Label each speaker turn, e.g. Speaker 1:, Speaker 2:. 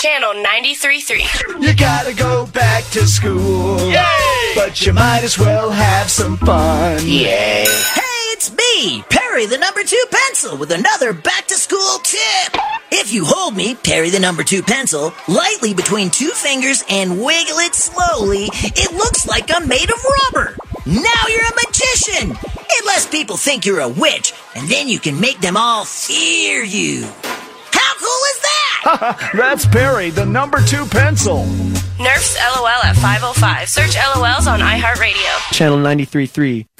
Speaker 1: Channel 93.3.
Speaker 2: You gotta go back to school. But you might as well have some fun. Yay!
Speaker 3: Hey, it's me, Perry the number two pencil, with another back to school tip. If you hold me, Perry the number two pencil, lightly between two fingers and wiggle it slowly, it looks like I'm made of rubber. Now you're a magician! It lets people think you're a witch, and then you can make them all fear you. How cool is that?
Speaker 2: That's Perry, the number two pencil.
Speaker 1: oh Nerf's LOL at 505. Search LOLs on iHeartRadio.
Speaker 4: Channel 93.3.